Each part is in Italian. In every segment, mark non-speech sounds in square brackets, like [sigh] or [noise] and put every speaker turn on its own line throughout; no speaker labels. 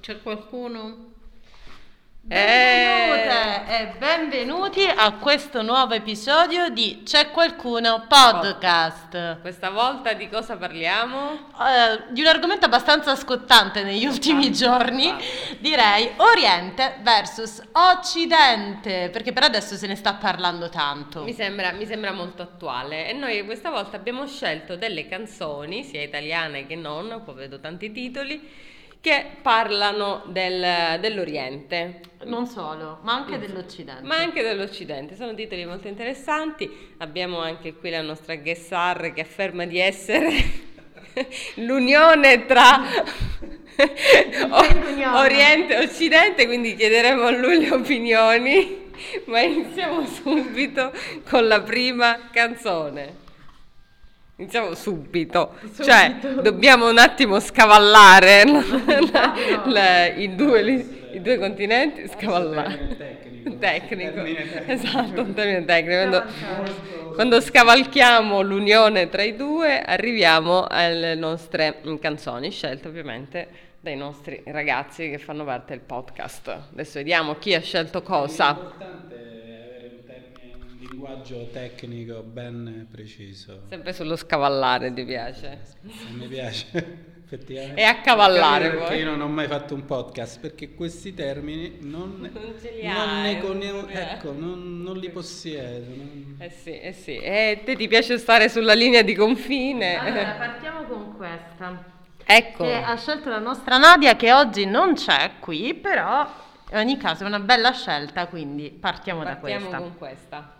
C'è qualcuno?
Benvenute e benvenuti a questo nuovo episodio di C'è qualcuno podcast.
Questa volta di cosa parliamo?
Eh, di un argomento abbastanza scottante negli ultimi giorni, direi Oriente versus Occidente, perché per adesso se ne sta parlando tanto.
Mi sembra, mi sembra molto attuale e noi questa volta abbiamo scelto delle canzoni, sia italiane che non, poi vedo tanti titoli, che parlano del- dell'Oriente.
Non solo, ma anche dell'Occidente.
Ma anche dell'Occidente, sono titoli molto interessanti. Abbiamo anche qui la nostra Gessar che afferma di essere [laughs] l'unione tra
L'unione.
Oriente e Occidente, quindi chiederemo a lui le opinioni. Ma iniziamo subito con la prima canzone. Iniziamo subito, cioè
Subito.
dobbiamo un attimo scavallare la- [laughs] la-
No.
la- i, due, li- i due continenti,
Questo è un
scavallare.
termine tecnico.
Tecnico.
Un termine tecnico.
Esatto, un termine tecnico. Quando,
Molto-
quando scavalchiamo l'unione tra i due arriviamo alle nostre mm, canzoni, scelte ovviamente dai nostri ragazzi che fanno parte del podcast. Adesso vediamo chi ha scelto cosa.
L'importante è avere un termine, un linguaggio tecnico ben preciso.
Sempre sullo scavallare, ti piace?
Se mi piace, [laughs] effettivamente.
E a cavallare,
Perché
poi.
io non ho mai fatto un podcast perché questi termini non,
Non ce li
non
hai,
ne cono-
eh.
ecco, non, non li possiedo. non-
Eh sì, eh sì. E te ti piace stare sulla linea di
Allora,
confine?
partiamo con questa.
Ecco.
Che ha scelto la nostra Nadia che oggi non c'è qui, però in ogni caso è una bella scelta, quindi partiamo, da
Partiamo
questa.
con questa.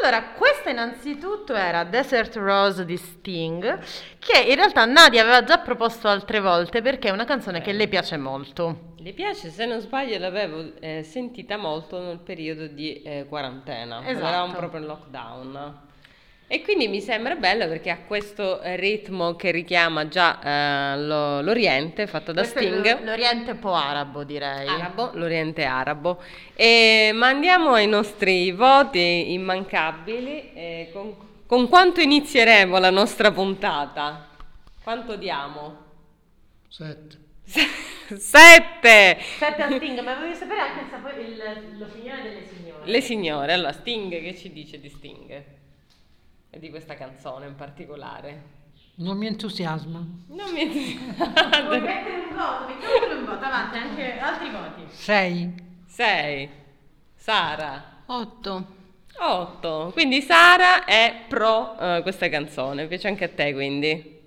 Allora, questa innanzitutto era Desert Rose di Sting, che in realtà Nadia aveva già proposto altre volte perché è una canzone che le piace molto.
Le piace, se non sbaglio, l'avevo eh, sentita molto nel periodo di eh, quarantena, quando
Esatto.
eravamo proprio in lockdown. E quindi mi sembra bello perché ha questo eh, ritmo che richiama già eh, lo- l'Oriente, fatto da
Questo è
Sting.
l- l'Oriente un po' arabo, direi.
Arabo, l'Oriente arabo. E, ma andiamo ai nostri voti immancabili. eh, con, con quanto inizieremo la nostra puntata? Quanto diamo? Sette. [laughs] Sette!
Aspetta Sting, ma voglio sapere anche il sapo- il- l'opinione delle signore.
Le signore, allora Sting che ci dice di Sting? E di questa canzone in particolare.
Non mi entusiasma.
Non mi
Vuoi mettere un voto, mettiamolo un voto avanti, anche altri voti.
6.
[laughs] Sei. Sara.
8.
8. Quindi Sara è pro eh, questa canzone, piace anche a te quindi.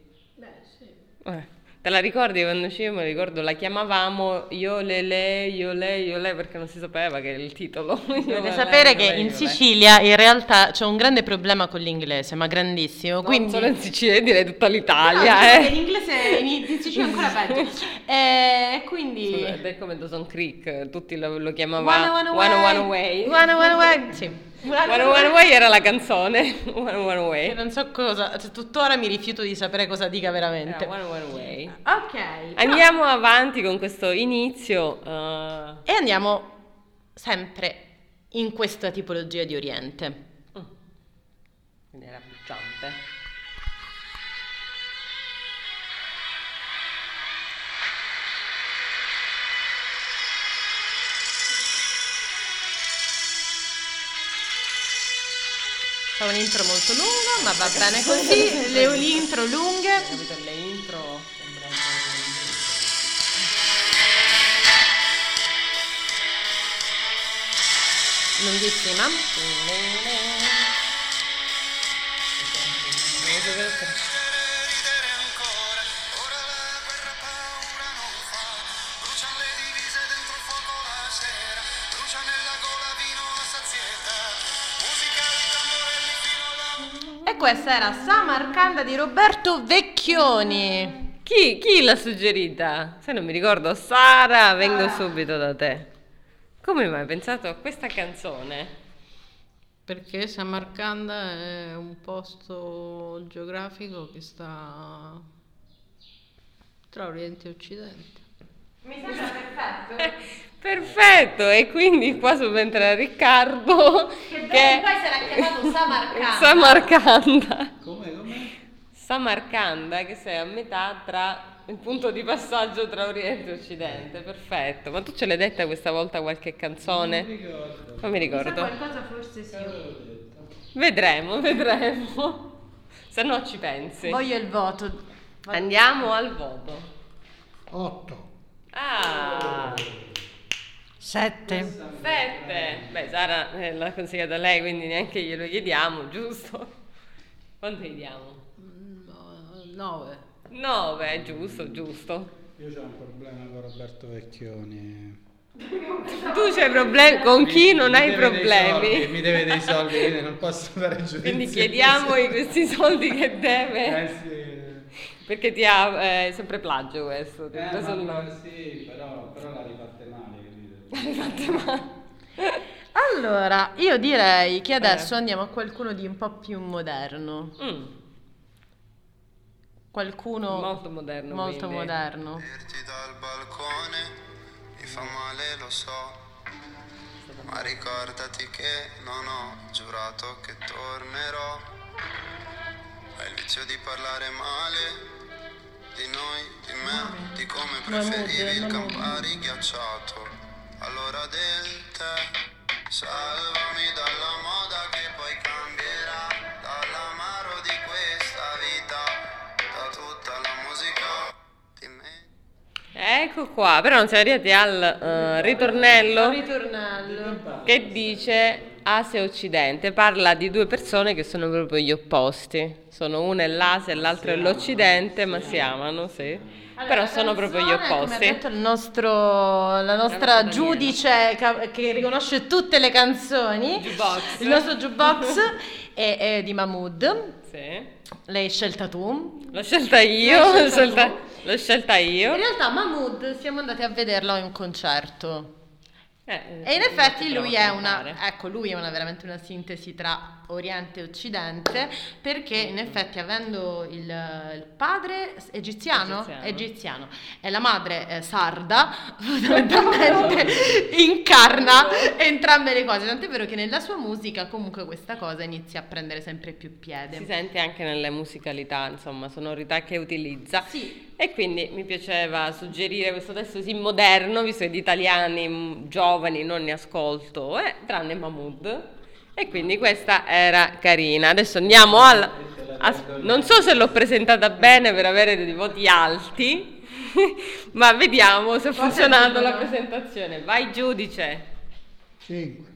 Eh, Te la ricordi quando uscivo? Mi ricordo la chiamavamo Io le le, io le, io le perché non si sapeva che era il titolo. [laughs]
Dovete
Dovete
sapere che in Sicilia in realtà c'è un grande problema con l'inglese, ma grandissimo. Quindi
Quindi...
Ah,
Solo in Sicilia direi tutta
No,
l'Italia.
dico
eh.
che in inglese in, in Sicilia è ancora [laughs] peggio. E quindi
Ed è come Dawson Creek, tutti lo, lo
Wanna,
chiamavano
wanna,
Wanna
way.
Way.
Wanna, wanna, way. Sì.
Wanna Wanna Way era la canzone. Wanna Wanna
Che
Way.
Non so cosa, cioè, tuttora mi rifiuto di sapere cosa dica veramente.
Era Wanna Wanna Way.
Ok.
Andiamo avanti con questo inizio. eh,
E andiamo sempre in questa tipologia di Oriente.
quindi era bruciante.
Fa un'intro molto lunga, ma va bene così. Le intro lunghe.
Capito le intro? sembrava-
Lunghissima.
ridere ancora, ora la guerra paura non fa, bruciano le divise dentro il fuoco la sera, brucia nella gola vino a sazietà, musica di tamborelli fino
E
alla...
questa era Samarcanda di Roberto Vecchioni.
Chi, chi l'ha suggerita? Se non mi ricordo, Sara, vengo subito da te. Come mai hai pensato a questa canzone?
Perché Samarcanda è un posto geografico che sta tra Oriente e Occidente.
Mi sembra perfetto.
Perfetto, e quindi qua subentra Riccardo
Che poi sarà chiamato Samarcanda.
[laughs] Samarcanda.
Come, come?
Samarcanda, che sei a metà tra il punto di passaggio tra Oriente e Occidente, perfetto. Ma tu ce l'hai detta questa volta qualche
Non mi
canzone?
ricordo.
Non mi ricordo.
Qualcosa forse sì.
L'avevo detto.
Vedremo, vedremo. Se no ci pensi.
Voglio il voto.
Andiamo al voto.
8,
Ah,
7,
sette. Beh, Sara eh, l'ha consigliata lei, quindi neanche glielo chiediamo, giusto? Quanto gli diamo?
9.
9, giusto, giusto.
Io c'ho un problema con Roberto Vecchioni.
Tu c'hai problemi con chi non
Mi
hai
deve dei soldi,
problemi.
mi deve dei soldi, quindi non posso dare
[laughs]
giudizio.
Quindi chiediamogli questi soldi che deve.
Eh sì.
Perché ti ha eh, è sempre plagio questo. ti ha
Eh,
preso il
ma,
nome.
sì, però, però la rifatte male, capito?
Allora, io direi che adesso
Eh.
andiamo a qualcuno di un po' più moderno.
Mm,
Qualcuno
Molto moderno,
Molto
quindi.
moderno.
Vederti dal balcone mi fa male, lo so. Ma ricordati che non ho giurato che tornerò. Hai il vizio di parlare male di noi, di me, di come preferivi il campari ghiacciato. Allora del tè, salvami dalla moda che poi cambierà, dall'amaro di questa vita, da tutta la musica di me.
Ecco qua, però non siamo arrivati al eh, ritornello.
Ritornello.
che dice Asia e Occidente, parla di due persone che sono proprio gli opposti. Sono una è l'Asia e l'altra è l'Occidente, ma si amano, sì. Però sono proprio gli
Come ha detto
opposti.
il nostro, la nostra
Daniela.
giudice ca- che riconosce tutte le canzoni,
Jukebox.
il nostro
[laughs]
jukebox è, è di Mahmood.
Sì.
L'hai scelta tu.
L'ho scelta io,
L'hai
l'ho
scelta
scelta, l'ho scelta
In
io.
realtà Mahmood siamo andati a vederlo in concerto.
Eh,
E in
sì,
effetti
proviamo
lui
a
è una,
cantare.
ecco, lui è una, veramente una sintesi tra Oriente e Occidente, perché in effetti avendo il, il padre s- egiziano,
Egiziano.
egiziano, e la madre eh, sarda, [laughs] fondamentalmente
[laughs]
incarna entrambe le cose, tant'è vero che nella sua musica comunque questa cosa inizia a prendere sempre più
Si
piede.
sente anche nelle musicalità, insomma, sonorità che utilizza.
Sì,
E quindi mi piaceva suggerire questo testo sì moderno, visto che di italiani mh, giovani non ne ascolto, eh, tranne Mahmood. E quindi questa era carina. Adesso andiamo al... as- non so se l'ho presentata bene per avere dei voti alti, [laughs] ma vediamo se ha funzionato la presentazione. Vai giudice.
5.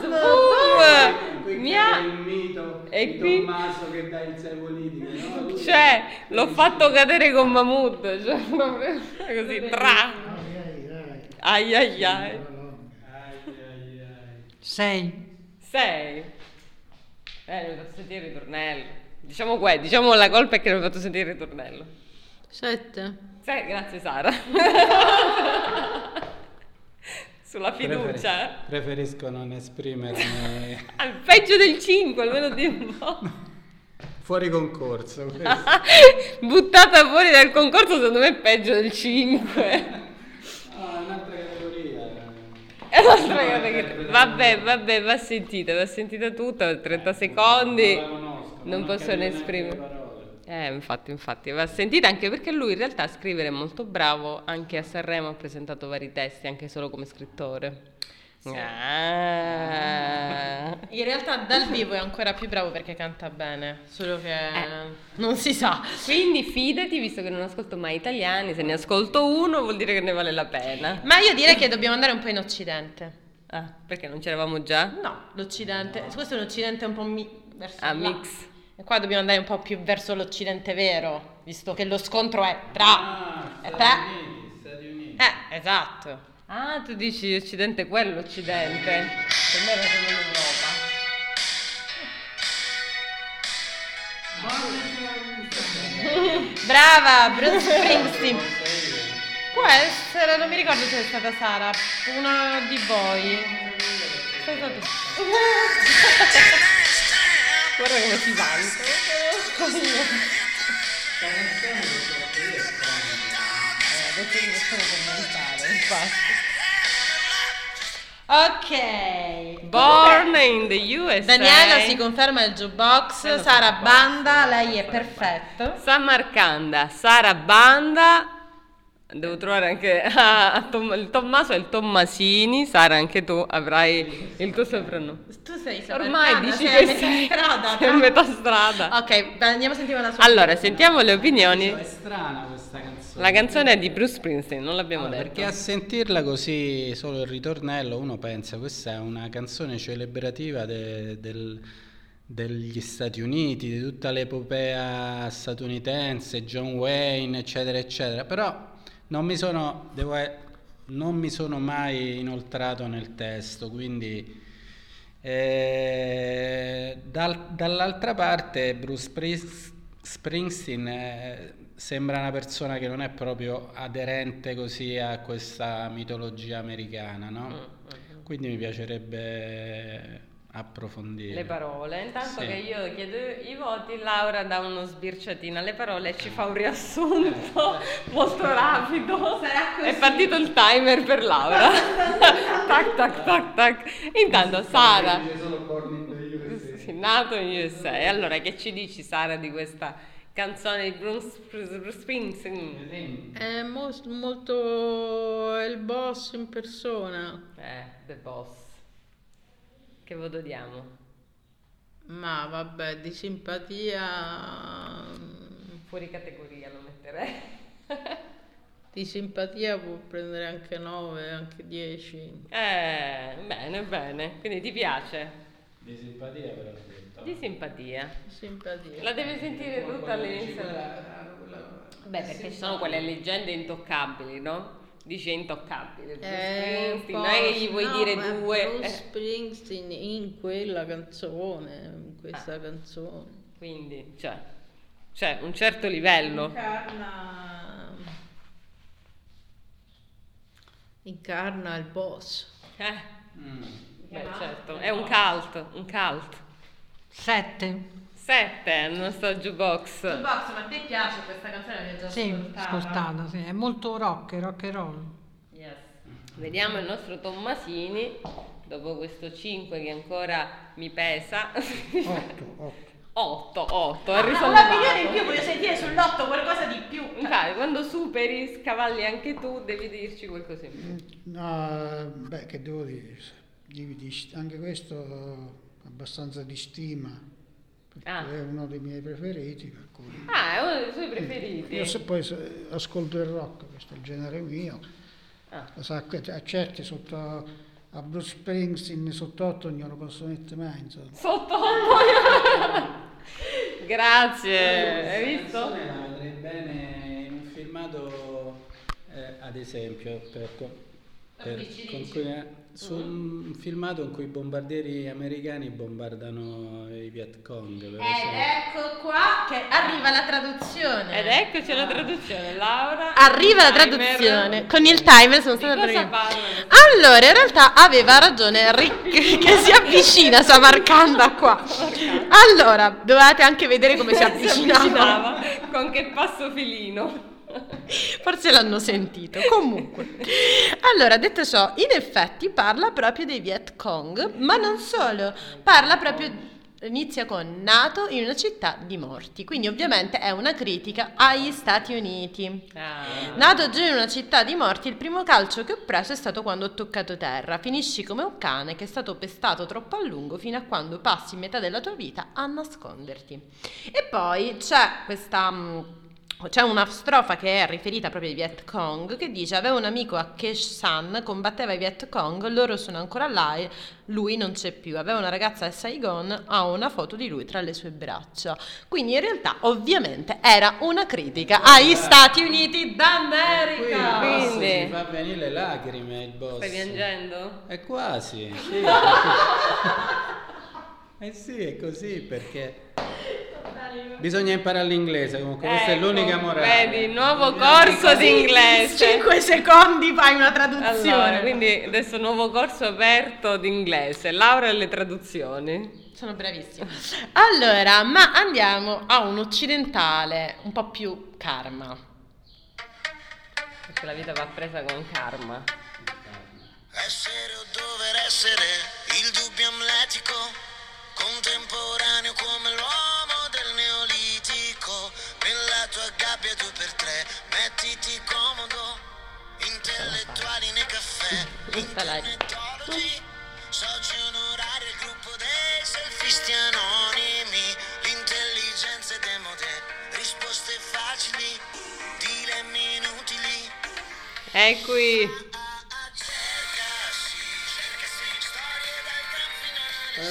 Zoom!
Qui
uh, Mi
cade
ha...
il mito
e
di
qui-
Tommaso che dà il sei politico. no? Lui-
Cioè, l'ho
lui-
fatto cadere con Mahmood, cioè, proprio così, tra... Ai ai ai.
Ai, ai, ai.
6,
6 eh mi ha fatto sentire il ritornello diciamo que- diciamo la colpa è che mi ha fatto sentire il ritornello
7.
Sai, grazie Sara sulla fiducia eh.
Preferi- preferisco non esprimermi
al peggio del 5 almeno di un po'
[laughs]
[laughs]
fuori concorso.
Ah.
questo.
buttata fuori dal concorso secondo me è peggio del 5
Ah, un'altra categoria. eh.
E l'altra cosa che- vabbè vabbè va sentita va sentita tutta 30 secondi
Non la conosco,
non
ho
posso
capito
ne
neanche
esprimere
le parole.
Eh, infatti, infatti, va sentita anche perché lui in realtà a scrivere è molto bravo, anche a Sanremo ha presentato vari testi, anche solo come scrittore. Ah.
in realtà dal vivo è ancora più bravo perché canta bene, solo che non si sa.
Quindi fidati, visto che non ascolto mai italiani, se ne ascolto uno vuol dire che ne vale la pena.
Ma io direi che dobbiamo andare un po' in Occidente.
Ah, perché non c'eravamo già?
No, l'Occidente. Questo è un Occidente un po' mi- verso
Ah,
là.
mix.
E qua dobbiamo andare un po' più verso l'Occidente vero, visto che lo scontro è tra...
Eh,
Ah,
e
Stati
tra-
Uniti, Stati Uniti.
Eh, esatto.
Ah, tu dici occidente quello, occidente. Per me era solo l'Europa.
Sara, Bruce Springsteen. Può essere, non mi ricordo se è stata Sara, una di voi. Sei stata tu. Guarda come si vanto. Adesso mi possono commentare, infatti. Ok.
Born Eh, in the USA.
Daniela si conferma il jukebox,
Quello
Sara
fa un po'.
Banda, lei è perfetto.
Samarcanda, Sara Banda. Devo trovare anche [laughs] ah, a Tom- il Tommaso e il Tommasini. Sara, anche tu avrai il tuo soprannome.
Tu sei
Ormai dici
sei
che
a metà
sei-
strada.
sei a metà strada.
Ok, beh, andiamo a sentire la sua.
Allora, sentiamo le opinioni.
È strana questa canzone.
La canzone è di Bruce Springsteen, non l'abbiamo
Allora,
detto.
Perché a sentirla così, solo il ritornello, uno pensa questa è una canzone celebrativa de- del- degli Stati Uniti, di tutta l'epopea statunitense, John Wayne, eccetera, eccetera. Però non mi sono, devo e- non mi sono mai inoltrato nel testo, quindi... eh, dal- dall'altra parte Bruce Springs- Springsteen eh, sembra una persona che non è proprio aderente così a questa mitologia americana,
Mm,
no? Quindi mi piacerebbe approfondire.
Le parole, intanto
Sì.
che io chiedo i voti, Laura dà uno sbirciatina alle parole e ci fa un riassunto
[laughs]
molto rapido. È partito il timer per Laura.
[laughs]
tac, tac, tac, tac. Intanto Sara, Sì, nato in USA. E Allora, che ci dici Sara di questa canzone di Bruce Bruce Springsteen?
È mos- molto è il boss in persona,
Eh, The Boss. Che voto diamo?
ma vabbè, di simpatia mm,
Fuori categoria lo metterei. [laughs]
di simpatia può prendere anche 9, anche 10.
Eh, bene, bene. Quindi ti piace?
Di simpatia però ho detto.
Di simpatia.
Simpatia.
La devi sentire tutta all'inizio. Beh, perché ci sono quelle leggende intoccabili, no? Dice intoccabile. Bruce
Eh, un
Springsteen, non
po'
è che gli vuoi
no,
dire
ma
due.
Bruce
eh,
Springsteen in quella canzone, in questa
Ah.
canzone.
quindi, cioè, c'è un certo livello.
Incarna incarna il boss.
Eh,
Mm.
beh, certo. È un cult, un cult.
7.
Sette, il nostro jukebox.
Box, ma a te piace questa canzone che già
Sì, ascoltata, sì. È molto rock, rock and roll.
Yes. Vediamo il nostro Tommasini, dopo questo 5 che ancora mi pesa.
8, 8.
8, 8, è
Ah, no,
risolvato.
una opinione in più, voglio sentire sull'otto qualcosa di più.
Infatti, quando superi, scavalli anche tu, devi dirci qualcosa in più.
No, beh, che devo dire? Di- di- Anche questo eh, abbastanza di stima, perché
Ah.
è uno dei miei preferiti. Per cui.
Ah, è uno dei suoi preferiti.
Io se poi se- ascolto il rock, questo è il genere mio,
Ah.
lo sa, que- a certi sotto a Bruce Springsteen sottotitolo non lo posso mettere mai, insomma.
Sotto [laughs]
Eh,
Grazie, Eh, hai visto?
La vedrei bene in un filmato, eh, ad esempio, per, co- per- con cui- eh, su un filmato in cui i bombardieri americani bombardano i Viet Cong. Per
Eh,
Ed
esempio.
ecco qua che arriva la traduzione.
Ed ecco eccoci alla traduzione, Laura.
Arriva la
timer.
traduzione con il timer. Sono
Di
stata
cosa
brava.
parlano?
Allora, in realtà aveva ragione Rick [laughs] che si avvicina Samarcanda qua. Allora, dovevate anche
[laughs]
vedere come [laughs] si avvicinava.
avvicinava con che passo filino.
Forse l'hanno sentito. Comunque, allora detto ciò, in effetti parla proprio dei Viet Cong, ma non solo, parla proprio. Inizia con nato in una città di morti, quindi ovviamente è una critica agli Stati Uniti. Nato giù in una città di morti, il primo calcio che ho preso è stato quando ho toccato terra. Finisci come un cane che è stato pestato troppo a lungo fino a quando passi metà della tua vita a nasconderti. E poi c'è questa. mm, C'è una strofa che è riferita proprio ai Viet Cong che dice: Avevo un amico a Kesh San, combatteva i Viet Cong, loro sono ancora là e lui non c'è più. Aveva una ragazza a Saigon, ha una foto di lui tra le sue braccia. Quindi in realtà, ovviamente, era una critica
Ah,
agli Stati Uniti
Qui il
d'America.
boss
Quindi-
ti fa venire le lacrime il boss.
Stai piangendo?
È quasi.
[laughs]
Sì. eh sì, è così perché Bisogna imparare l'inglese comunque, questa è
Ecco,
l'unica morale.
Vedi, nuovo
Ecco.
corso di inglese.
5 secondi fai una traduzione.
Allora, quindi adesso nuovo corso aperto di inglese, laurea alle traduzioni.
Sono bravissima. Allora, ma andiamo a un occidentale un po' più karma.
Perché la vita va presa con karma.
Essere o dover essere il dubbio amletico, contemporaneo come l'uomo del neolitico. Nella tua gabbia due per tre, mettiti comodo, intellettuali nei caffè,
[laughs] Tutta la-
internetologi, soci onorari al gruppo dei selfisti anonimi, l'intelligenza è demode, risposte facili, dilemmi inutili.
E qui.
Cercasi, cercasi storie dal gran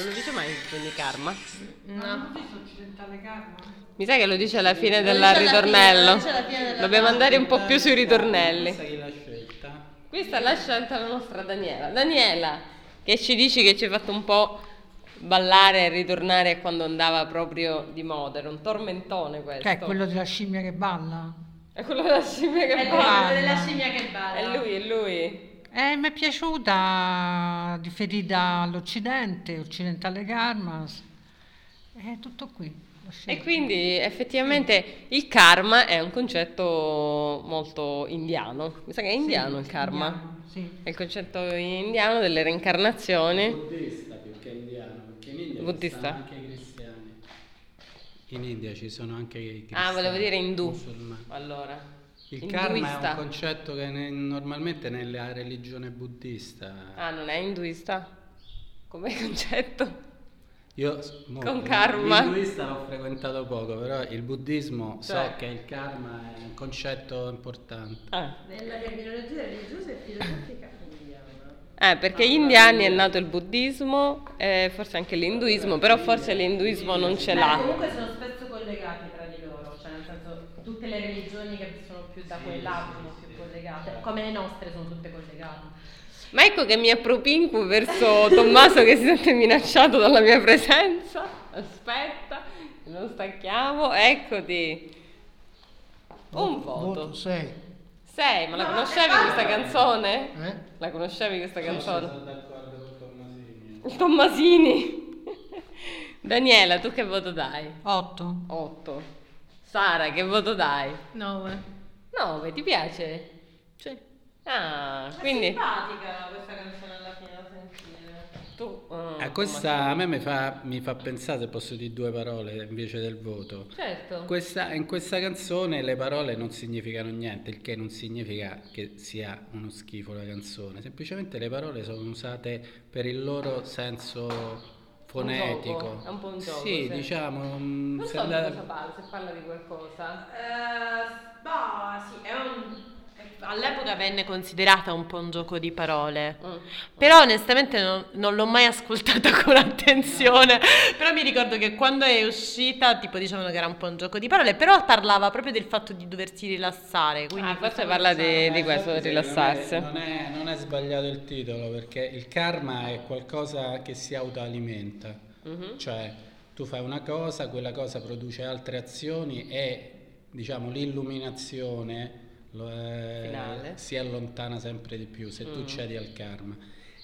finale.
Non lo dice mai quindi karma?
No.
Mi sa che lo dice alla fine del ritornello. Dobbiamo andare un po' più sui ritornelli.
Sai la scelta.
Questa è la scelta della nostra Daniela. Daniela, che ci dici che ci hai fatto un po' ballare e ritornare a quando andava proprio di moda. Era un tormentone questo.
Cioè,
Che è quello della scimmia che balla.
È quello della scimmia che
quello
parla.
della
scimmia che balla.
È lui, è lui.
Eh, mi è piaciuta, riferita all'Occidente, occidentale karma. È tutto qui. la
E
scelta.
quindi effettivamente il karma è un concetto molto indiano. Mi sa che è indiano il karma.
Indiano, sì.
È il concetto indiano delle reincarnazioni.
buddista più che indiano, perché in India
Eh? Buddista.
ci sono anche i cristiani. In India ci sono anche i cristiani.
Ah, volevo dire indù.
musulmani.
Allora,
Il
induista.
karma è un concetto che ne- normalmente nella religione buddista.
Ah, non è induista? Come [laughs] concetto?
Io s- mo-
Con karma.
L'induista l'ho frequentato poco, però il buddismo
Cioè?
so che il karma è un concetto importante.
Ah.
Nella terminologia religiosa e filosofica Ah,
Eh, perché gli indiani è nato il buddismo, eh, forse anche l'induismo, però forse l'induismo non ce
Beh,
l'ha.
comunque sono spesso collegati tra di loro, cioè nel senso tutte le religioni che sono più da quell'altro sono più collegate, come le nostre sono tutte collegate.
Ma ecco che mi appropinco verso Tommaso che si sente minacciato dalla mia presenza. Aspetta, non stacchiamo, eccoti. Un
Voto
voto.
6.
Sei, ma la conoscevi questa canzone?
Eh?
La conoscevi questa canzone?
d'accordo con Tommasini.
Tommasini. Daniela, tu che voto dai?
Otto.
8. Sara, che voto dai?
9.
9, ti piace?
Sì.
Ah, quindi
simpatica questa canzone alla fine da sentire.
tu... ah,
A Eh, questa a me mi fa, mi fa pensare, se posso dire due parole invece del voto.
Tommasini. Certo.
Questa- in questa canzone le parole non significano niente, il che non significa che sia uno schifo la canzone, semplicemente le parole sono usate per il loro senso fonetico.
gioco, è un po' un gioco, sì.
Sì, diciamo... mm,
Non
se
so di
andate-
cosa parla, se parla di qualcosa.
Eh,
bah, sì, è un...
All'epoca venne considerata un po' un gioco di parole.
Mm.
Però onestamente non, non l'ho mai ascoltata [laughs] con attenzione. Però mi ricordo che quando è uscita, tipo dicevano che era un po' un gioco di parole, però parlava proprio del fatto di doversi rilassare. Quindi
Ah, forse parla di, di
Eh,
questo,
infatti,
rilassarsi.
secondo me Non è, non è sbagliato il titolo perché il karma è qualcosa che si autoalimenta,
Mhm.
cioè tu fai una cosa, quella cosa produce altre azioni e diciamo l'illuminazione lo- eh,
Finale. Mm.
si allontana sempre di più se tu cedi al karma.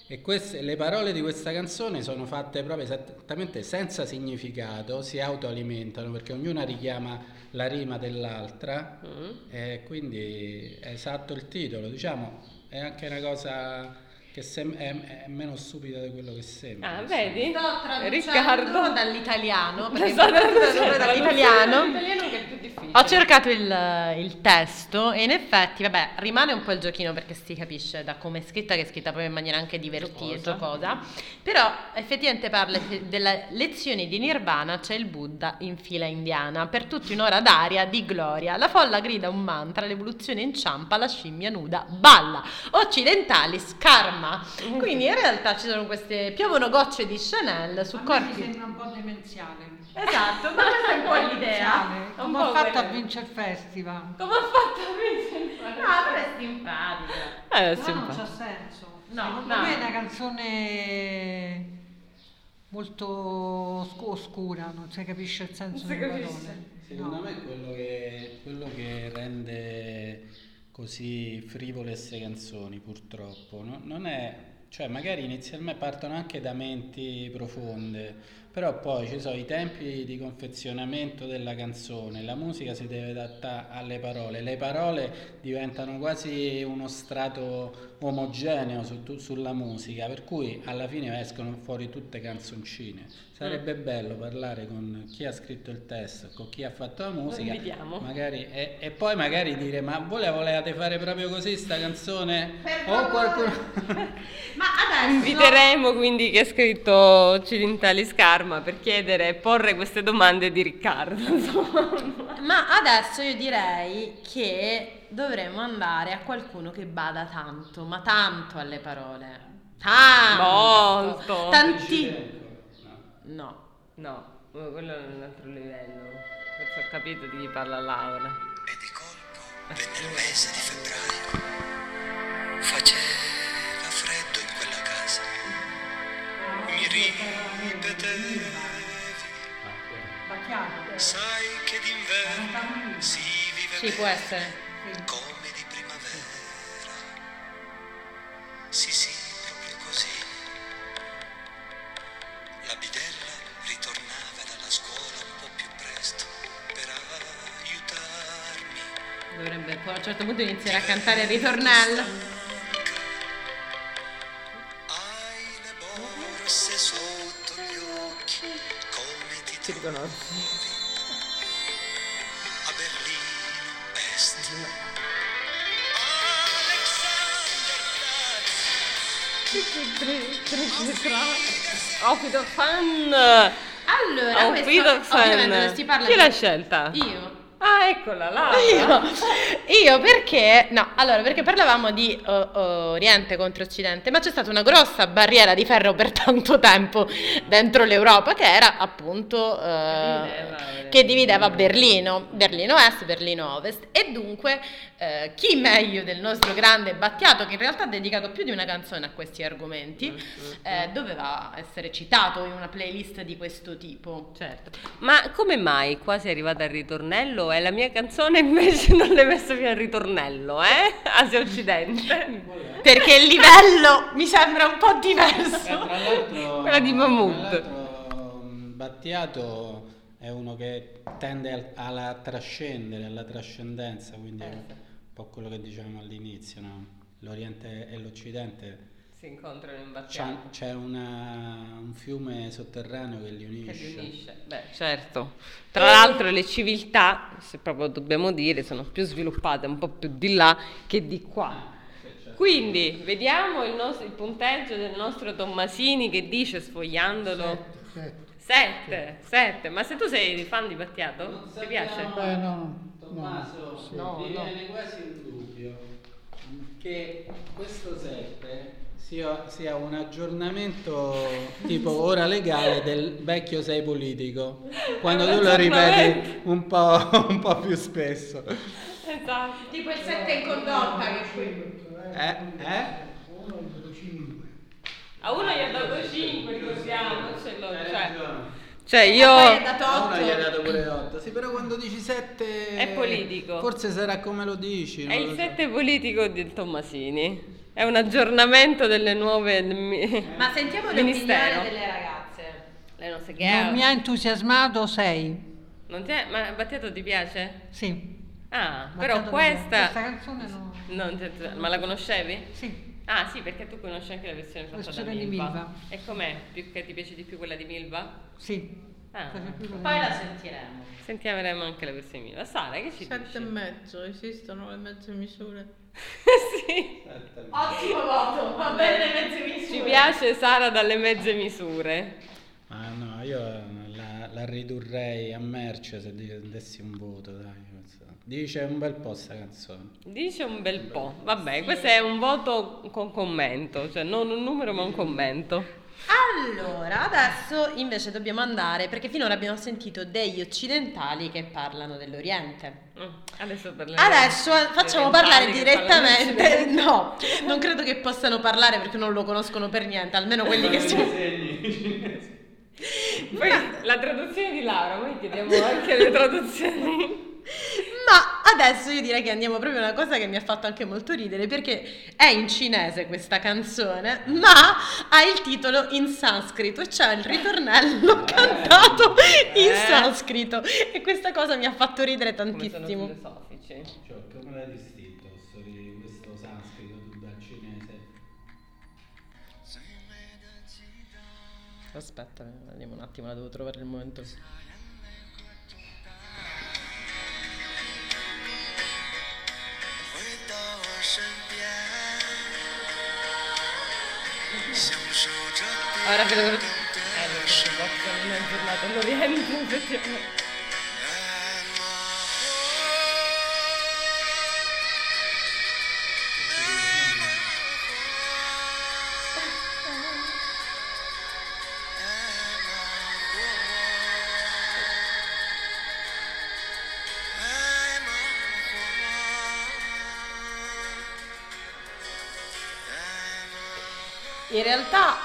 E queste, le parole di questa canzone sono fatte proprio esattamente senza significato, si autoalimentano perché ognuna richiama la rima dell'altra
Mm.
e quindi è esatto il titolo, diciamo, è anche una cosa che sem- è, è meno stupida di quello che sembra.
Ah,
insomma.
vedi?
Sto traducendo
Riccardo. [laughs] Esatto,
dall'italiano, perché
Sto traducendo
proprio dall'italiano.
L'italiano che è più difficile.
Ho cercato il, il testo e in effetti, vabbè, rimane un po' il giochino perché si capisce da come è scritta, che è scritta proprio in maniera anche divertita, giocosa. Però effettivamente parla che della lezione di Nirvana, c'è il Buddha in fila indiana, per tutti un'ora d'aria di gloria. La folla grida un mantra, l'evoluzione inciampa, la scimmia nuda balla. Occidentali scarma. Quindi in realtà ci sono queste, piovono gocce di Chanel su
A me mi
corpi.
sembra un po' demenziale.
Esatto, ma
[laughs]
questa è un po' l'idea.
Demenziale,
un
Come
po'
ho fatto a
quella-
vincere il festival?
Come ha fatto a vincere?
Ah, però è simpatica. Ah,
Eh,
Però non
simpatica.
c'ha senso.
No,
Secondo
no.
me è una canzone molto sc- oscura, non si capisce il senso
Non si
del
capisce.
parole.
Secondo
No.
me è quello che, quello che rende così frivole queste canzoni, purtroppo. no? Non è, cioè, magari inizialmente partono anche da menti profonde, però poi ci sono i tempi di confezionamento della canzone, la musica si deve adattare alle parole, le parole diventano quasi uno strato omogeneo su tu- sulla musica, per cui alla fine escono fuori tutte canzoncine. Sarebbe bello parlare con chi ha scritto il testo, con chi ha fatto la musica,
invitiamo.
magari- e, e poi magari dire ma voi la volevate fare proprio così sta canzone?
Per
o
favore.
[laughs] qualcuno...
Ma adesso
Inviteremo quindi chi ha scritto Cilintali Scarma per chiedere e porre queste domande di Riccardo. insomma.
Ma adesso io direi che dovremmo andare a qualcuno che bada tanto, ma tanto alle parole. Tanto.
Molto.
Tanti.
No.
No.
No, quello è un altro livello. Forse ho capito di chi parla Laura.
E di colpo venne il mese di febbraio. Faceva freddo in quella casa. Mi ripetevi,
Ma chiaro,
sai che d'inverno si vive
Sì, può
bene
essere.
come di primavera. Sì, sì, proprio così. La bidella ritornava dalla scuola un po' più presto per aiutarmi.
Dovrebbe poi a un certo punto iniziare a cantare il ritornello.
Hai le borse sotto gli occhi, come ti
Ti
trovi
riconosco.
a Berlino Est? Alexanderplatz,
Ho fido fan.
Allora,
Auf
questo
Wiedersehen.
ovviamente non si parla
Chi
di-
l'ha scelta?
Io.
Ah, eccola Laura.
Io, io perché no, allora perché parlavamo di eh, Oriente contro Occidente, ma c'è stata una grossa barriera di ferro per tanto tempo dentro l'Europa che era appunto eh,
Divideva-
che divideva Berlino, Berlino Est, Berlino Ovest e dunque eh, chi meglio del nostro grande Battiato che in realtà ha dedicato più di una canzone a questi argomenti eh, doveva essere citato in una playlist di questo tipo.
Certo. Ma come mai qua sei arrivata al ritornello e la mia canzone invece non l'hai messa più al ritornello, eh? Asia Occidente.
Perché il livello mi sembra un po' diverso.
[laughs]
Beh, Eh, tra l'altro-
Quella di Mahmood.
tra l'altro, mh, Battiato è uno che tende al- alla trascendere, alla trascendenza, quindi
Eh,
è un po' quello che dicevamo all'inizio, no? l'Oriente e l'Occidente.
Si incontrano in
C'è,
battaglia.
c'è una- un fiume sotterraneo che
Che
li unisce.
li unisce. Beh, certo. Tra l'altro le civiltà, se proprio dobbiamo dire, sono più sviluppate un po' più di là che di qua. Quindi vediamo il, nos- il punteggio del nostro Tommasini che dice sfogliandolo
Perfetto.
7, 7. Ma se tu sei fan di Battiato, ti piace?
Beh, no, no.
Tommaso,
sì.
No,
mi
no.
viene quasi un dubbio che questo 7 sia, sia un aggiornamento tipo ora legale del vecchio sei politico, quando
È un
tu lo ripeti
aggiornamento.
un po', un po' più spesso.
Esatto.
Tipo il 7 in condotta che
Eh? Eh?
A uno gli ha dato 5, ricordiamo, ce l'ho,
Hai
cioè.
ragione.
Cioè
poi è
io...
dato
A uno gli hai
8.
dato pure 8, sì, però quando dici 7
È politico.
Forse sarà come lo dici.
È
non lo
il
so.
7 politico del Tommasini. È un aggiornamento delle nuove... del mi-
Ma sentiamo
Ministero.
l'opinione delle ragazze.
Le nostre
non
girl.
mi ha entusiasmato sei.
Non ti è- Ma Battiato ti piace?
Sì.
Ah,
Ma
però
tanto non-
questa...
Questa canzone no.
Non ti- Ma la conoscevi?
Sì.
Ah sì, perché tu conosci anche la versione fatta da
Versione di
Milva.
Milva.
E com'è? Più che ti piace di più quella di Milva?
Sì.
Ah.
Per esempio quella-
Poi la sentiremo.
Sentiamo anche la versione di Milva. Sara, che ci [laughs]
Sette e
dici?
mezzo, esistono le mezze misure.
sì.
Ottimo voto, va bene mezze misure.
Ci piace Sara dalle mezze misure.
Ma Ah, no, io la, la ridurrei a merce se di- dessi un voto, dai. penso. Dice un bel po' sta canzone.
Dice un bel po'. Vabbè, questo è un voto con commento, cioè non un numero ma un commento.
Allora, adesso invece dobbiamo andare perché finora abbiamo sentito degli occidentali che parlano dell'Oriente.
Mm, Adesso parliamo.
Adesso eh, facciamo
Orientali
parlare
che parlano
direttamente.
di-
[laughs] No,
[laughs]
non credo che possano parlare perché non lo conoscono per niente, almeno quelli che si.
La traduzione di Laura, poi chiediamo anche le traduzioni.
Ma adesso io direi che andiamo proprio a una cosa che mi ha fatto anche molto ridere perché è in cinese questa canzone, ma ha il titolo in sanscrito, e cioè il ritornello cantato in
eh.
sanscrito. E questa cosa mi ha fatto ridere
Come sono
tantissimo.
filosofici.
Cioè, come l'hai distinto questo di- questo sanscrito dal cinese?
Aspetta, andiamo un attimo, la devo trovare il momento.
Ora che lo... Eh, lo so, boh, non è giornata all'Oriente, effettivamente.
In realtà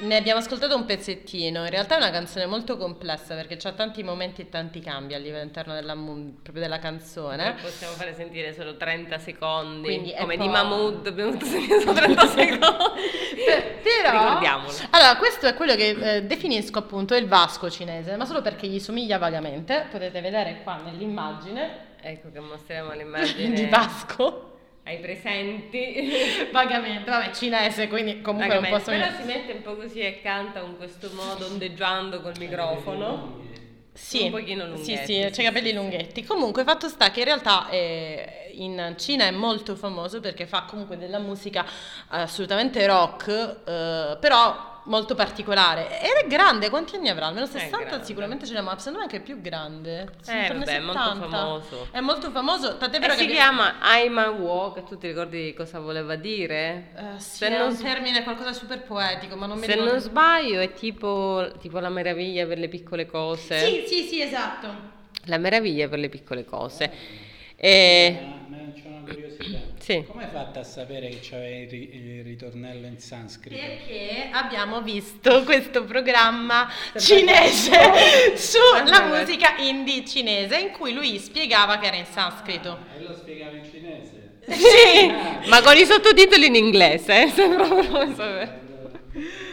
ne abbiamo ascoltato un pezzettino, in realtà è una canzone molto complessa perché c'ha tanti momenti e tanti cambi all'interno della, mu- proprio della
Noi [laughs]
canzone.
possiamo fare sentire solo 30 secondi.
eh? Quindi è
Come di
poco.
Mahmood abbiamo fatto sentire solo
[laughs]
30 secondi.
Pe- Però,
Ricordiamolo.
allora, questo è quello che eh, definisco appunto il vasco cinese, ma solo perché gli somiglia vagamente. Potete vedere qua nell'immagine
Ecco che
[laughs]
mostriamo l'immagine.
di vasco.
Ai presenti.
Vagamente, vabbè, cinese, quindi comunque
Raga,
non posso.
Però si mette un po' così e canta in questo modo, ondeggiando col microfono.
Sì,
Un pochino
sì,
lunghetti,
sì,
sì,
c'è i capelli lunghetti. Comunque, fatto sta che in realtà eh, in Cina è molto famoso perché fa comunque della musica eh, assolutamente rock, eh, però molto particolare. Ed è grande, quanti anni avrà? Almeno 60
grande.
sicuramente ce l'ha, ma secondo me è anche più grande. Sì,
Eh,
intorno ai
vabbè, è molto
70.
famoso.
È molto famoso, tant'è
E
vero
si
che...
chiama Aima Walk, tu ti ricordi cosa voleva dire?
Eh, sì,
Se
è
non
un
s-
termine, qualcosa super poetico, ma non mi
Se
ricordo.
non sbaglio è tipo, tipo la meraviglia per le piccole cose.
Sì, sì, sì, esatto.
La meraviglia per le piccole cose. E...
Eh. Ma, ma c'è una curiosità.
Eh. Sì.
Come hai fatto a sapere che c'aveva il, ri- il ritornello in sanscrito?
Perché abbiamo visto questo programma
[laughs]
cinese sulla musica indie cinese in cui lui spiegava che era in sanscrito.
E lo spiegava in cinese.
Sì, [laughs] ma con i sottotitoli in inglese, eh, [laughs] sembra proprio sapere.
[laughs]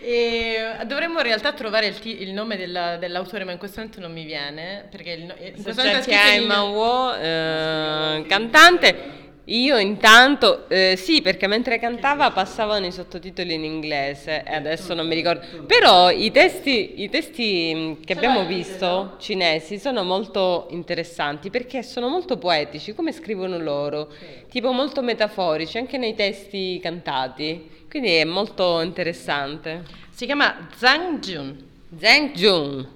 E dovremmo in realtà trovare il, ti- il nome della- dell'autore, ma in questo momento non mi viene. Perché il no- in
Se
questo momento è
cerchi
scritto in-
Aima Wo, eh, cantante. Io intanto, eh, sì, perché mentre cantava passavano i sottotitoli in inglese e adesso non mi ricordo. Però i testi, i testi mh, che abbiamo visto, cinesi, sono molto interessanti perché sono molto poetici, come scrivono loro, tipo molto metaforici anche nei testi cantati. Quindi è molto interessante.
Si chiama Zhang Jun.
Zheng Jun.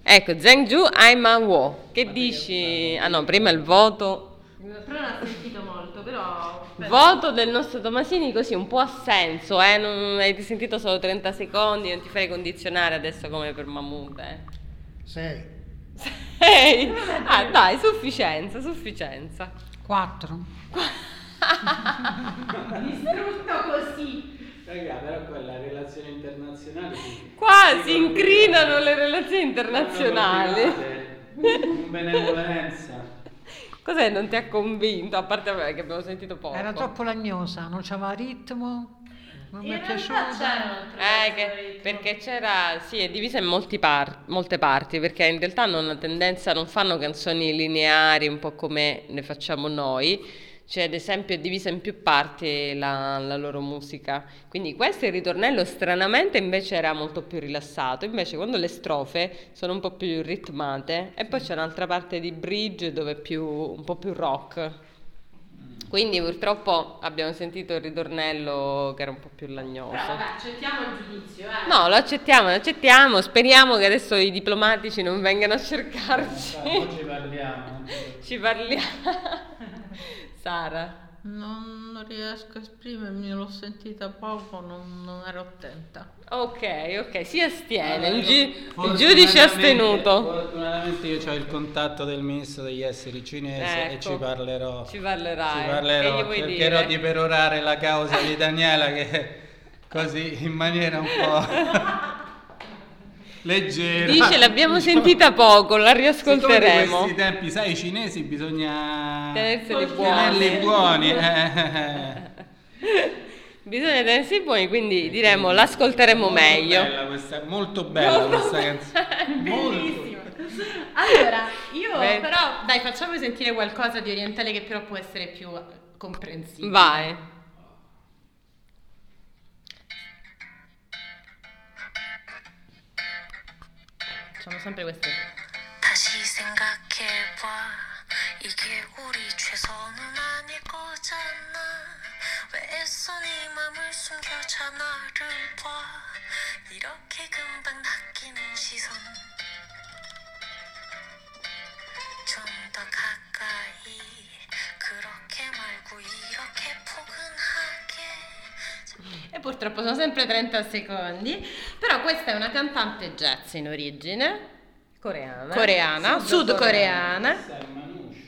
Ecco, Zheng Jun Aima Wo. Che dici? Ah no, prima il voto.
Però non ha sentito molto, però...
Voto del nostro Tomasini così un po' a senso, eh? Non, hai sentito solo 30 secondi, non ti fai condizionare adesso come per Mahmood, eh?
Sei.
Ehi, Ah dai, sufficienza, sufficienza.
4.
Distrutto così.
Raga, però quella relazione
[laughs]
internazionale... si-
Qua
si
si
continua.
incrinano le relazioni internazionali.
Con benevolenza.
Cos'è? Non ti ha convinto? A parte vabbè, che abbiamo sentito poco.
Era troppo lagnosa, non c'aveva ritmo, non mi è
In
piaciuta.
realtà c'era un
Eh, che- perché c'era, sì, è divisa in molti par- molte parti, perché in realtà hanno una tendenza, non fanno canzoni lineari, un po' come ne facciamo noi. Cioè, ad esempio, è divisa in più parti la, la loro musica. Quindi questo il ritornello stranamente invece era molto più rilassato. Invece, quando le strofe sono un po' più ritmate, e poi c'è un'altra parte di bridge dove è più, un po' più rock. Quindi purtroppo abbiamo sentito il ritornello che era un po' più
Però
lagnoso.
vabbè, accettiamo il giudizio, eh.
No, lo accettiamo, lo accettiamo. Speriamo che adesso i diplomatici non vengano a
Esatto.
cercarci.
Oggi parliamo.
Ci parliamo. [laughs] Sara.
Non, non riesco a esprimermi, l'ho sentita poco, non, non ero attenta.
Ok, ok, si astiene. Il, gi- il
Fortunatamente-
giudice astenuto.
Fortunatamente io ho il contatto del ministro degli esteri cinese Eh, e
Ecco.
ci parlerò.
Ci parlerai.
Ci
Che
parlerò,
gli vuoi
cercherò
dire?
di perorare la causa di Daniela che così in maniera un po'... [laughs] leggera.
Dice l'abbiamo
Diciamo,
sentita poco, la
siccome di
riascolteremo.
questi tempi, sai, i cinesi bisogna
Tenerseli
tenerli
buoni. [laughs]
buoni. eh.
Bisogna tenersi buoni, quindi diremo l'ascolteremo
Molto
meglio.
bella questa- molto bella questa canzone. Molto.
Bellissima. Allora, io
Beh.
però dai, facciamo sentire qualcosa di orientale che però può essere più comprensibile.
Vai.
Facciamo sempre queste.
다시 생각해봐 이게 우리 최선은 아닐 거잖아 왜 애써 네 맘을 숨겨자 나를 봐 이렇게 금방 낚이는 시선 좀 더 가까이 그렇게 말고 이렇게 포근하게
E purtroppo sono sempre 30 secondi, però questa è una cantante jazz in origine,
Coreana.
coreana, sudcoreana.
Questa è Manouche.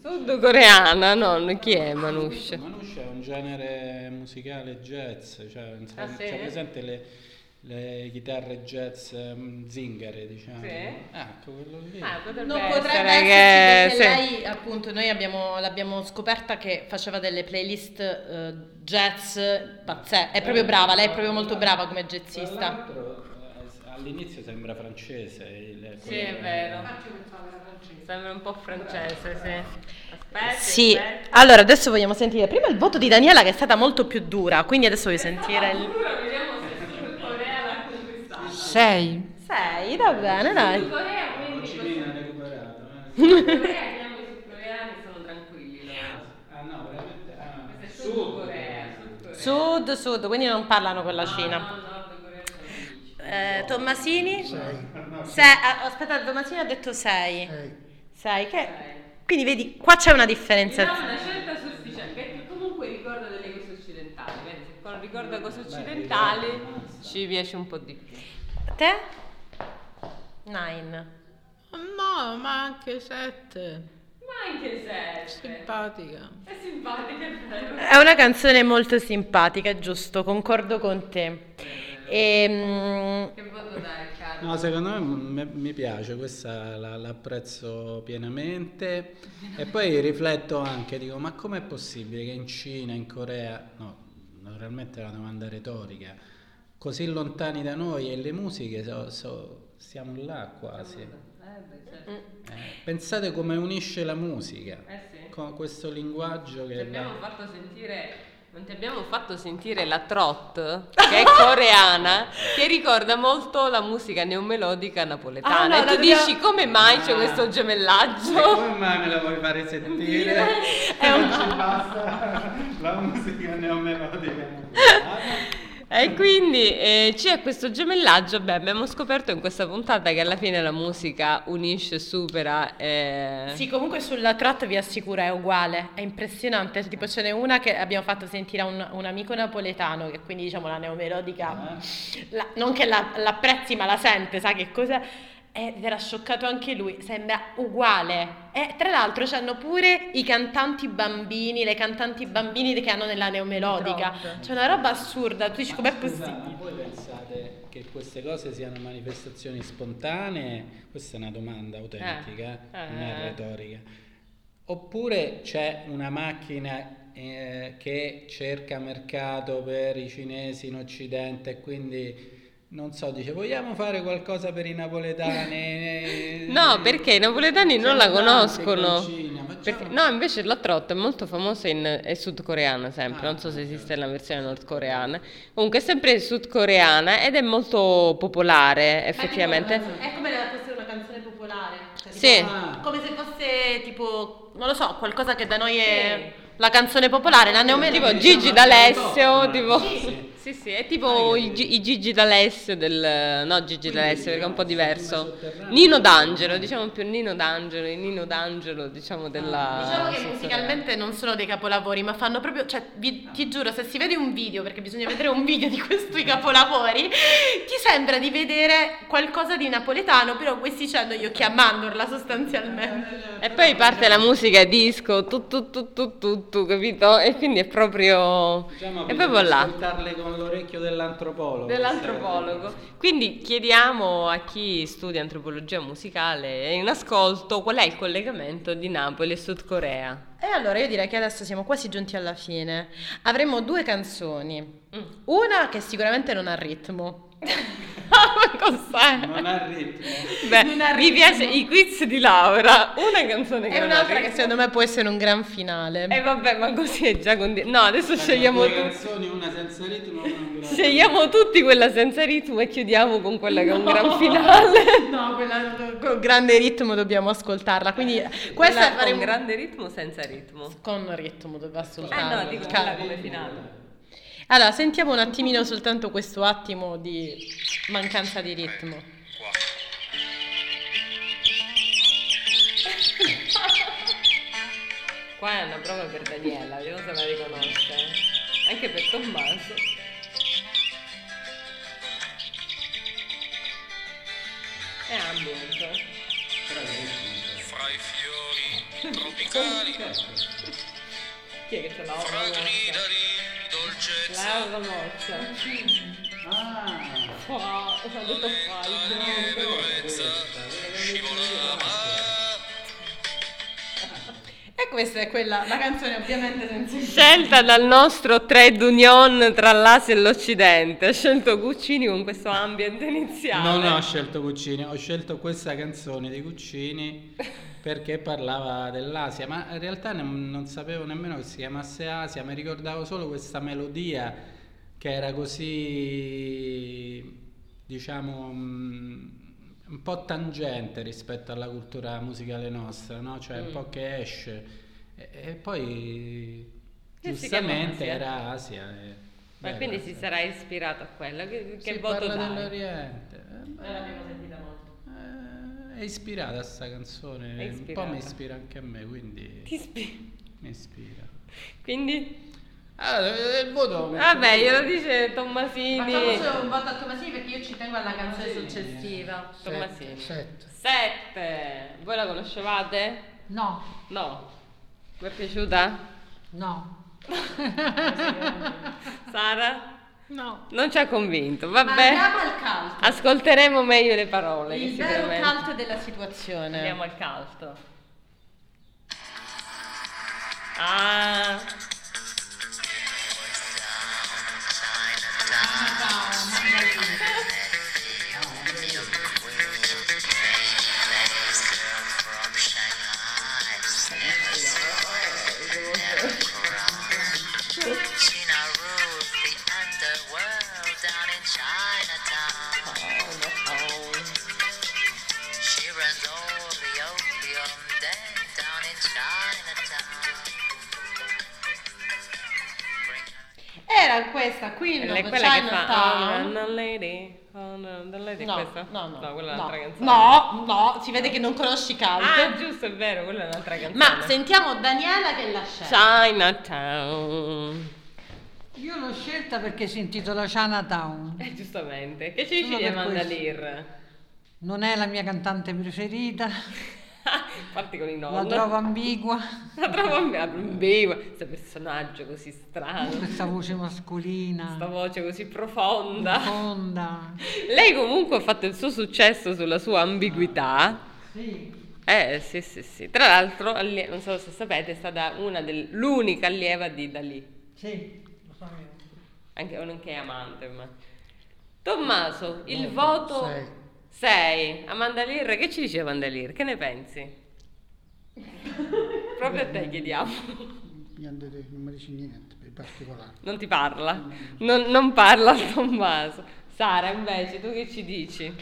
Sudcoreana, no, chi è Manush?
Manouche è un genere musicale jazz, cioè non so,
Ah, sì?
c'è presente le, le chitarre jazz ehm, zingare, diciamo.
Sì.
Ecco, quello lì.
Ah, potrebbe
Non potrebbe
essere
esserci
che-
perché
sì.
lei, appunto, noi abbiamo, l'abbiamo scoperta che faceva delle playlist eh, jazz pazzesche. È proprio brava, lei è proprio molto brava come
Tra
jazzista.
l'altro, eh, all'inizio sembra francese. Il, eh.
Sì, è vero. Sembra un po' francese, sì. Aspetta,
Sì,
aspetta.
allora adesso vogliamo sentire prima il voto di Daniela che è stata molto più dura, quindi adesso voglio sentire il...
Ora vediamo se Sudcorea l'ha conquistata.
6.
6, va bene, dai.
Sudcorea,
Ah,
quindi, [laughs]
Cimina recuperato. eh.
Sudcorea, chiamo i sudcoreani, sono tranquilli loro.
Ah no, veramente. Ah,
Questa è
Sud
Sudcorea, Sudcorea.
Sud, sud, quindi non parlano con la Cina.
No, no, Sudcorea sono felici.
Eh, Tommasini?
Sei,
Se- ah, aspetta, Tommasini ha detto 6.
sei.
6, che...
Dai.
Quindi vedi, qua c'è una
Mi dà
differenza.
una certa sufficienza, perché comunque ricorda delle cose occidentali, vedi, se con- ricorda cose occidentali ci piace un po' di più.
Te? 9.
No, ma anche sette.
Ma anche se
Simpatica.
è simpatica, è vero.
È una canzone molto simpatica, giusto, concordo con te. Ehm,
Che voto dai, caro?
No, secondo me m- mi piace, questa la, l'apprezzo pienamente e poi rifletto anche, dico, ma com'è possibile che in Cina, in Corea, no, naturalmente è una domanda retorica, così lontani da noi e le musiche so- so- siamo là quasi. Eh, pensate come unisce la musica
certo. Eh sì.
con questo linguaggio
Ti
che...
abbiamo
la-
fatto sentire... Non ti abbiamo fatto sentire la trot, che è coreana, che ricorda molto la musica neomelodica napoletana.
Ah, no,
e
la
tu
dobbiamo-
dici come mai c'è questo gemellaggio?
Cioè, Come mai me la vuoi fare sentire?
Oh. È un-
Non ci basta la musica neomelodica.
E quindi eh, c'è questo gemellaggio, beh abbiamo scoperto in questa puntata che alla fine la musica unisce, supera... eh,
Sì, comunque sulla trot vi assicuro è uguale, è impressionante, tipo ce n'è una che abbiamo fatto sentire a un, un amico napoletano, che quindi diciamo la
Ah.
neomelodica, la- non che la, l'apprezzi ma la sente, sa che cosa Ed era scioccato anche lui, sembra uguale. E tra l'altro c'hanno pure i cantanti bambini, le cantanti bambini che hanno nella neomelodica, c'è una roba assurda, tu dici com'è
Scusa,
possibile?
ma voi pensate che queste cose siano manifestazioni spontanee? Questa è una domanda autentica,
Eh,
non
eh.
è retorica. Oppure c'è una macchina eh, che cerca mercato per i cinesi in Occidente e quindi... Non so, dice vogliamo fare qualcosa per i napoletani?
[laughs] No, perché i napoletani non
Siamo
la
tanti
conoscono.
con Cina, facciamo-
Perché- no, invece la trot è molto famosa in è sudcoreana sempre,
Ah,
non so se
ok.
esiste una versione nordcoreana. Comunque è sempre sudcoreana ed è molto popolare effettivamente.
È come Ah, la- fosse una canzone popolare. cioè,
Sì.
tipo,
Ah.
Come se fosse tipo, non lo so, qualcosa che da noi è la canzone popolare, la neomelodica.
Tipo
Diciamo
Gigi
anche
d'Alessio,
un po',
tipo...
ma- Sì.
Sì, sì, è tipo i, Gi- i Gigi d'Alessio del... No, Gigi
Quindi,
d'Alessio perché è un po'
no,
diverso.
sotterraneo.
Nino D'Angelo, diciamo più Nino D'Angelo, il Nino D'Angelo, diciamo
Ah,
della...
Diciamo che
sudcoreana.
musicalmente non sono dei capolavori, ma fanno proprio, cioè, vi- ti giuro, se si vede un video, perché bisogna vedere un video di questi capolavori, ti sembra di vedere qualcosa di napoletano, però questi hanno gli occhi a mandorla sostanzialmente.
E poi parte
diciamo
la musica disco, tu tu tu tu tu, tu, capito? E quindi è proprio...
Diciamo,
è proprio là.
ascoltarle con l'orecchio dell'antropologo. cioè,
Dell'antropologo. Quindi chiediamo a chi studia antropologia musicale in ascolto qual è il collegamento di Napoli e Sud Corea.
E allora io direi che adesso siamo quasi giunti alla fine. Avremo due canzoni. Una che sicuramente non ha ritmo.
[laughs] Cos'è?
Non ha ritmo.
Beh,
Non ha
mi
ritmo.
piace i quiz di Laura, una canzone che
E
non
un'altra
ha
che
ritmo.
secondo me può essere un gran finale.
E vabbè, ma così è già condi- No, adesso [laughs] scegliamo,
due
tu-
canzoni, una senza ritmo e una
scegliamo tutti quella senza ritmo e chiudiamo con quella che è un gran finale.
[laughs]
No, quella...
Con grande ritmo dobbiamo ascoltarla. Quindi questa
Quella
faremo
con grande ritmo senza ritmo.
con ritmo, doveva
Eh
ascoltarla.
no, dico
Cal-
quella come finale.
Allora, sentiamo un attimino soltanto questo attimo di mancanza di ritmo.
Qua è una prova per Daniela, vediamo se la riconosce. Anche per Tommaso. È ambient.
Fra i fiori tropicali,
[laughs] Chi è che ce l'ha?
fra grida di dolcezza,
La conosce. Ah! Wow, ho detto fai.
ebbrezza, scivolava.
E questa è quella, la canzone ovviamente senza
Scelta dal nostro trade union tra l'Asia e l'Occidente. Ha scelto Guccini con questo ambient iniziale.
Non ho scelto Guccini, ho scelto questa canzone
[laughs]
di Guccini perché parlava dell'Asia, ma in realtà ne- non sapevo nemmeno che si chiamasse Asia, mi ricordavo solo questa melodia che era così, diciamo, mh, un po' tangente rispetto alla cultura musicale nostra, no? cioè
Mm.
un po' che esce. E, e poi
Che Eh, si
giustamente
chiama Asia?
era Asia. eh. e-
Ma
bella
quindi si
questa.
sarà ispirato a quella. Che, che
Si
voto
parla
dai?
dell'Oriente. Eh, beh,
l'abbiamo sentita molto.
eh, è ispirata a sta
È
canzone, un po'
ispirata.
mi ispira anche a me, quindi
Ti spi-
mi ispira.
Quindi,
Allora, eh, il voto...
vabbè, glielo dice Tommasini.
Facciamo solo un voto a Tomasini perché io ci tengo alla canzone successiva.
Tommasini.
Sette.
Sette. Voi la conoscevate?
No,
No. Vi è piaciuta?
no.
Sara?
No.
Non ci ha convinto,
Ma
vabbè.
andiamo al caldo.
Ascolteremo meglio le parole. che
Il vero
sicuramente...
caldo della
la situazione.
Andiamo al caldo. Ah, oh.
She runs all the opium den down in Chinatown.
Era questa qui,
è quella che fa Oh, no, lady, oh, no, no, lady,
No,
questa?
no, no,
quella è
no.
un'altra canzone.
No, no, si vede che non conosci Count.
Ah, giusto, è vero, quella è un'altra canzone.
ma sentiamo Daniela che la sceglie.
Chinatown.
Io l'ho scelta perché si intitola Chinatown.
Eh, giustamente. Che ci
Solo
dici di
per
Amanda
questo.
Lear?
Non è la mia cantante preferita,
[laughs] Parti con i
la
nonni.
trovo ambigua.
La trovo ambigua. Questo personaggio così
Ah.
strano.
questa voce mascolina,
Questa voce così profonda.
profonda.
Lei comunque ha fatto il suo successo sulla sua ambiguità.
Sì,
Eh sì sì sì, tra l'altro allie- non so se sapete è stata una del- l'unica allieva di Dalì,
sì, lo sapevo.
anche o nonché amante ma... Tommaso, il
Molto,
voto
sei.
6, Amanda Lear, che ci dice Amanda Lear? Che ne
[laughs]
pensi? Proprio a te chiediamo,
Niente di- non mi dice niente di particolare.
non ti parla, non, non parla a Tommaso. Sara invece, tu che ci dici?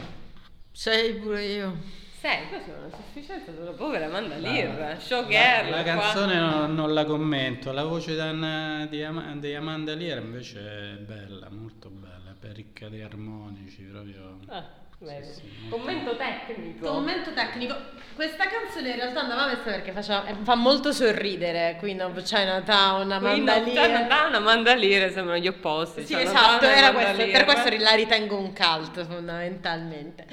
Sei pure io.
6, questa è una sufficienza sulla povera Amanda
La-
Lear,
La,
showgirl.
la
qua.
canzone non, non la commento, la voce d'Anna- di, Ama- di Amanda Lear invece è bella, molto bella, è ricca di armonici, proprio...
Ah, vero.
Sì, sì, molto-
Commento tecnico.
Commento tecnico, questa canzone in realtà andava messa perché faceva- eh, fa molto sorridere, Queen of Chinatown, Amanda Lear.
una mandalire sembrano gli opposti.
Sì,
cioè,
esatto,
Natana e
era
Amanda
questo,
Lear.
per questo ri- la ritengo un cult fondamentalmente.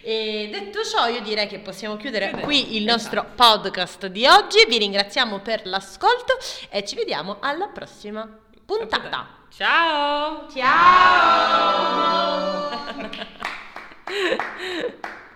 E detto ciò, io direi che possiamo chiudere
Chiudere,
qui il
esatto.
nostro podcast di oggi. Vi ringraziamo per l'ascolto e ci vediamo alla prossima puntata.
Ciao. Ciao!
Ciao!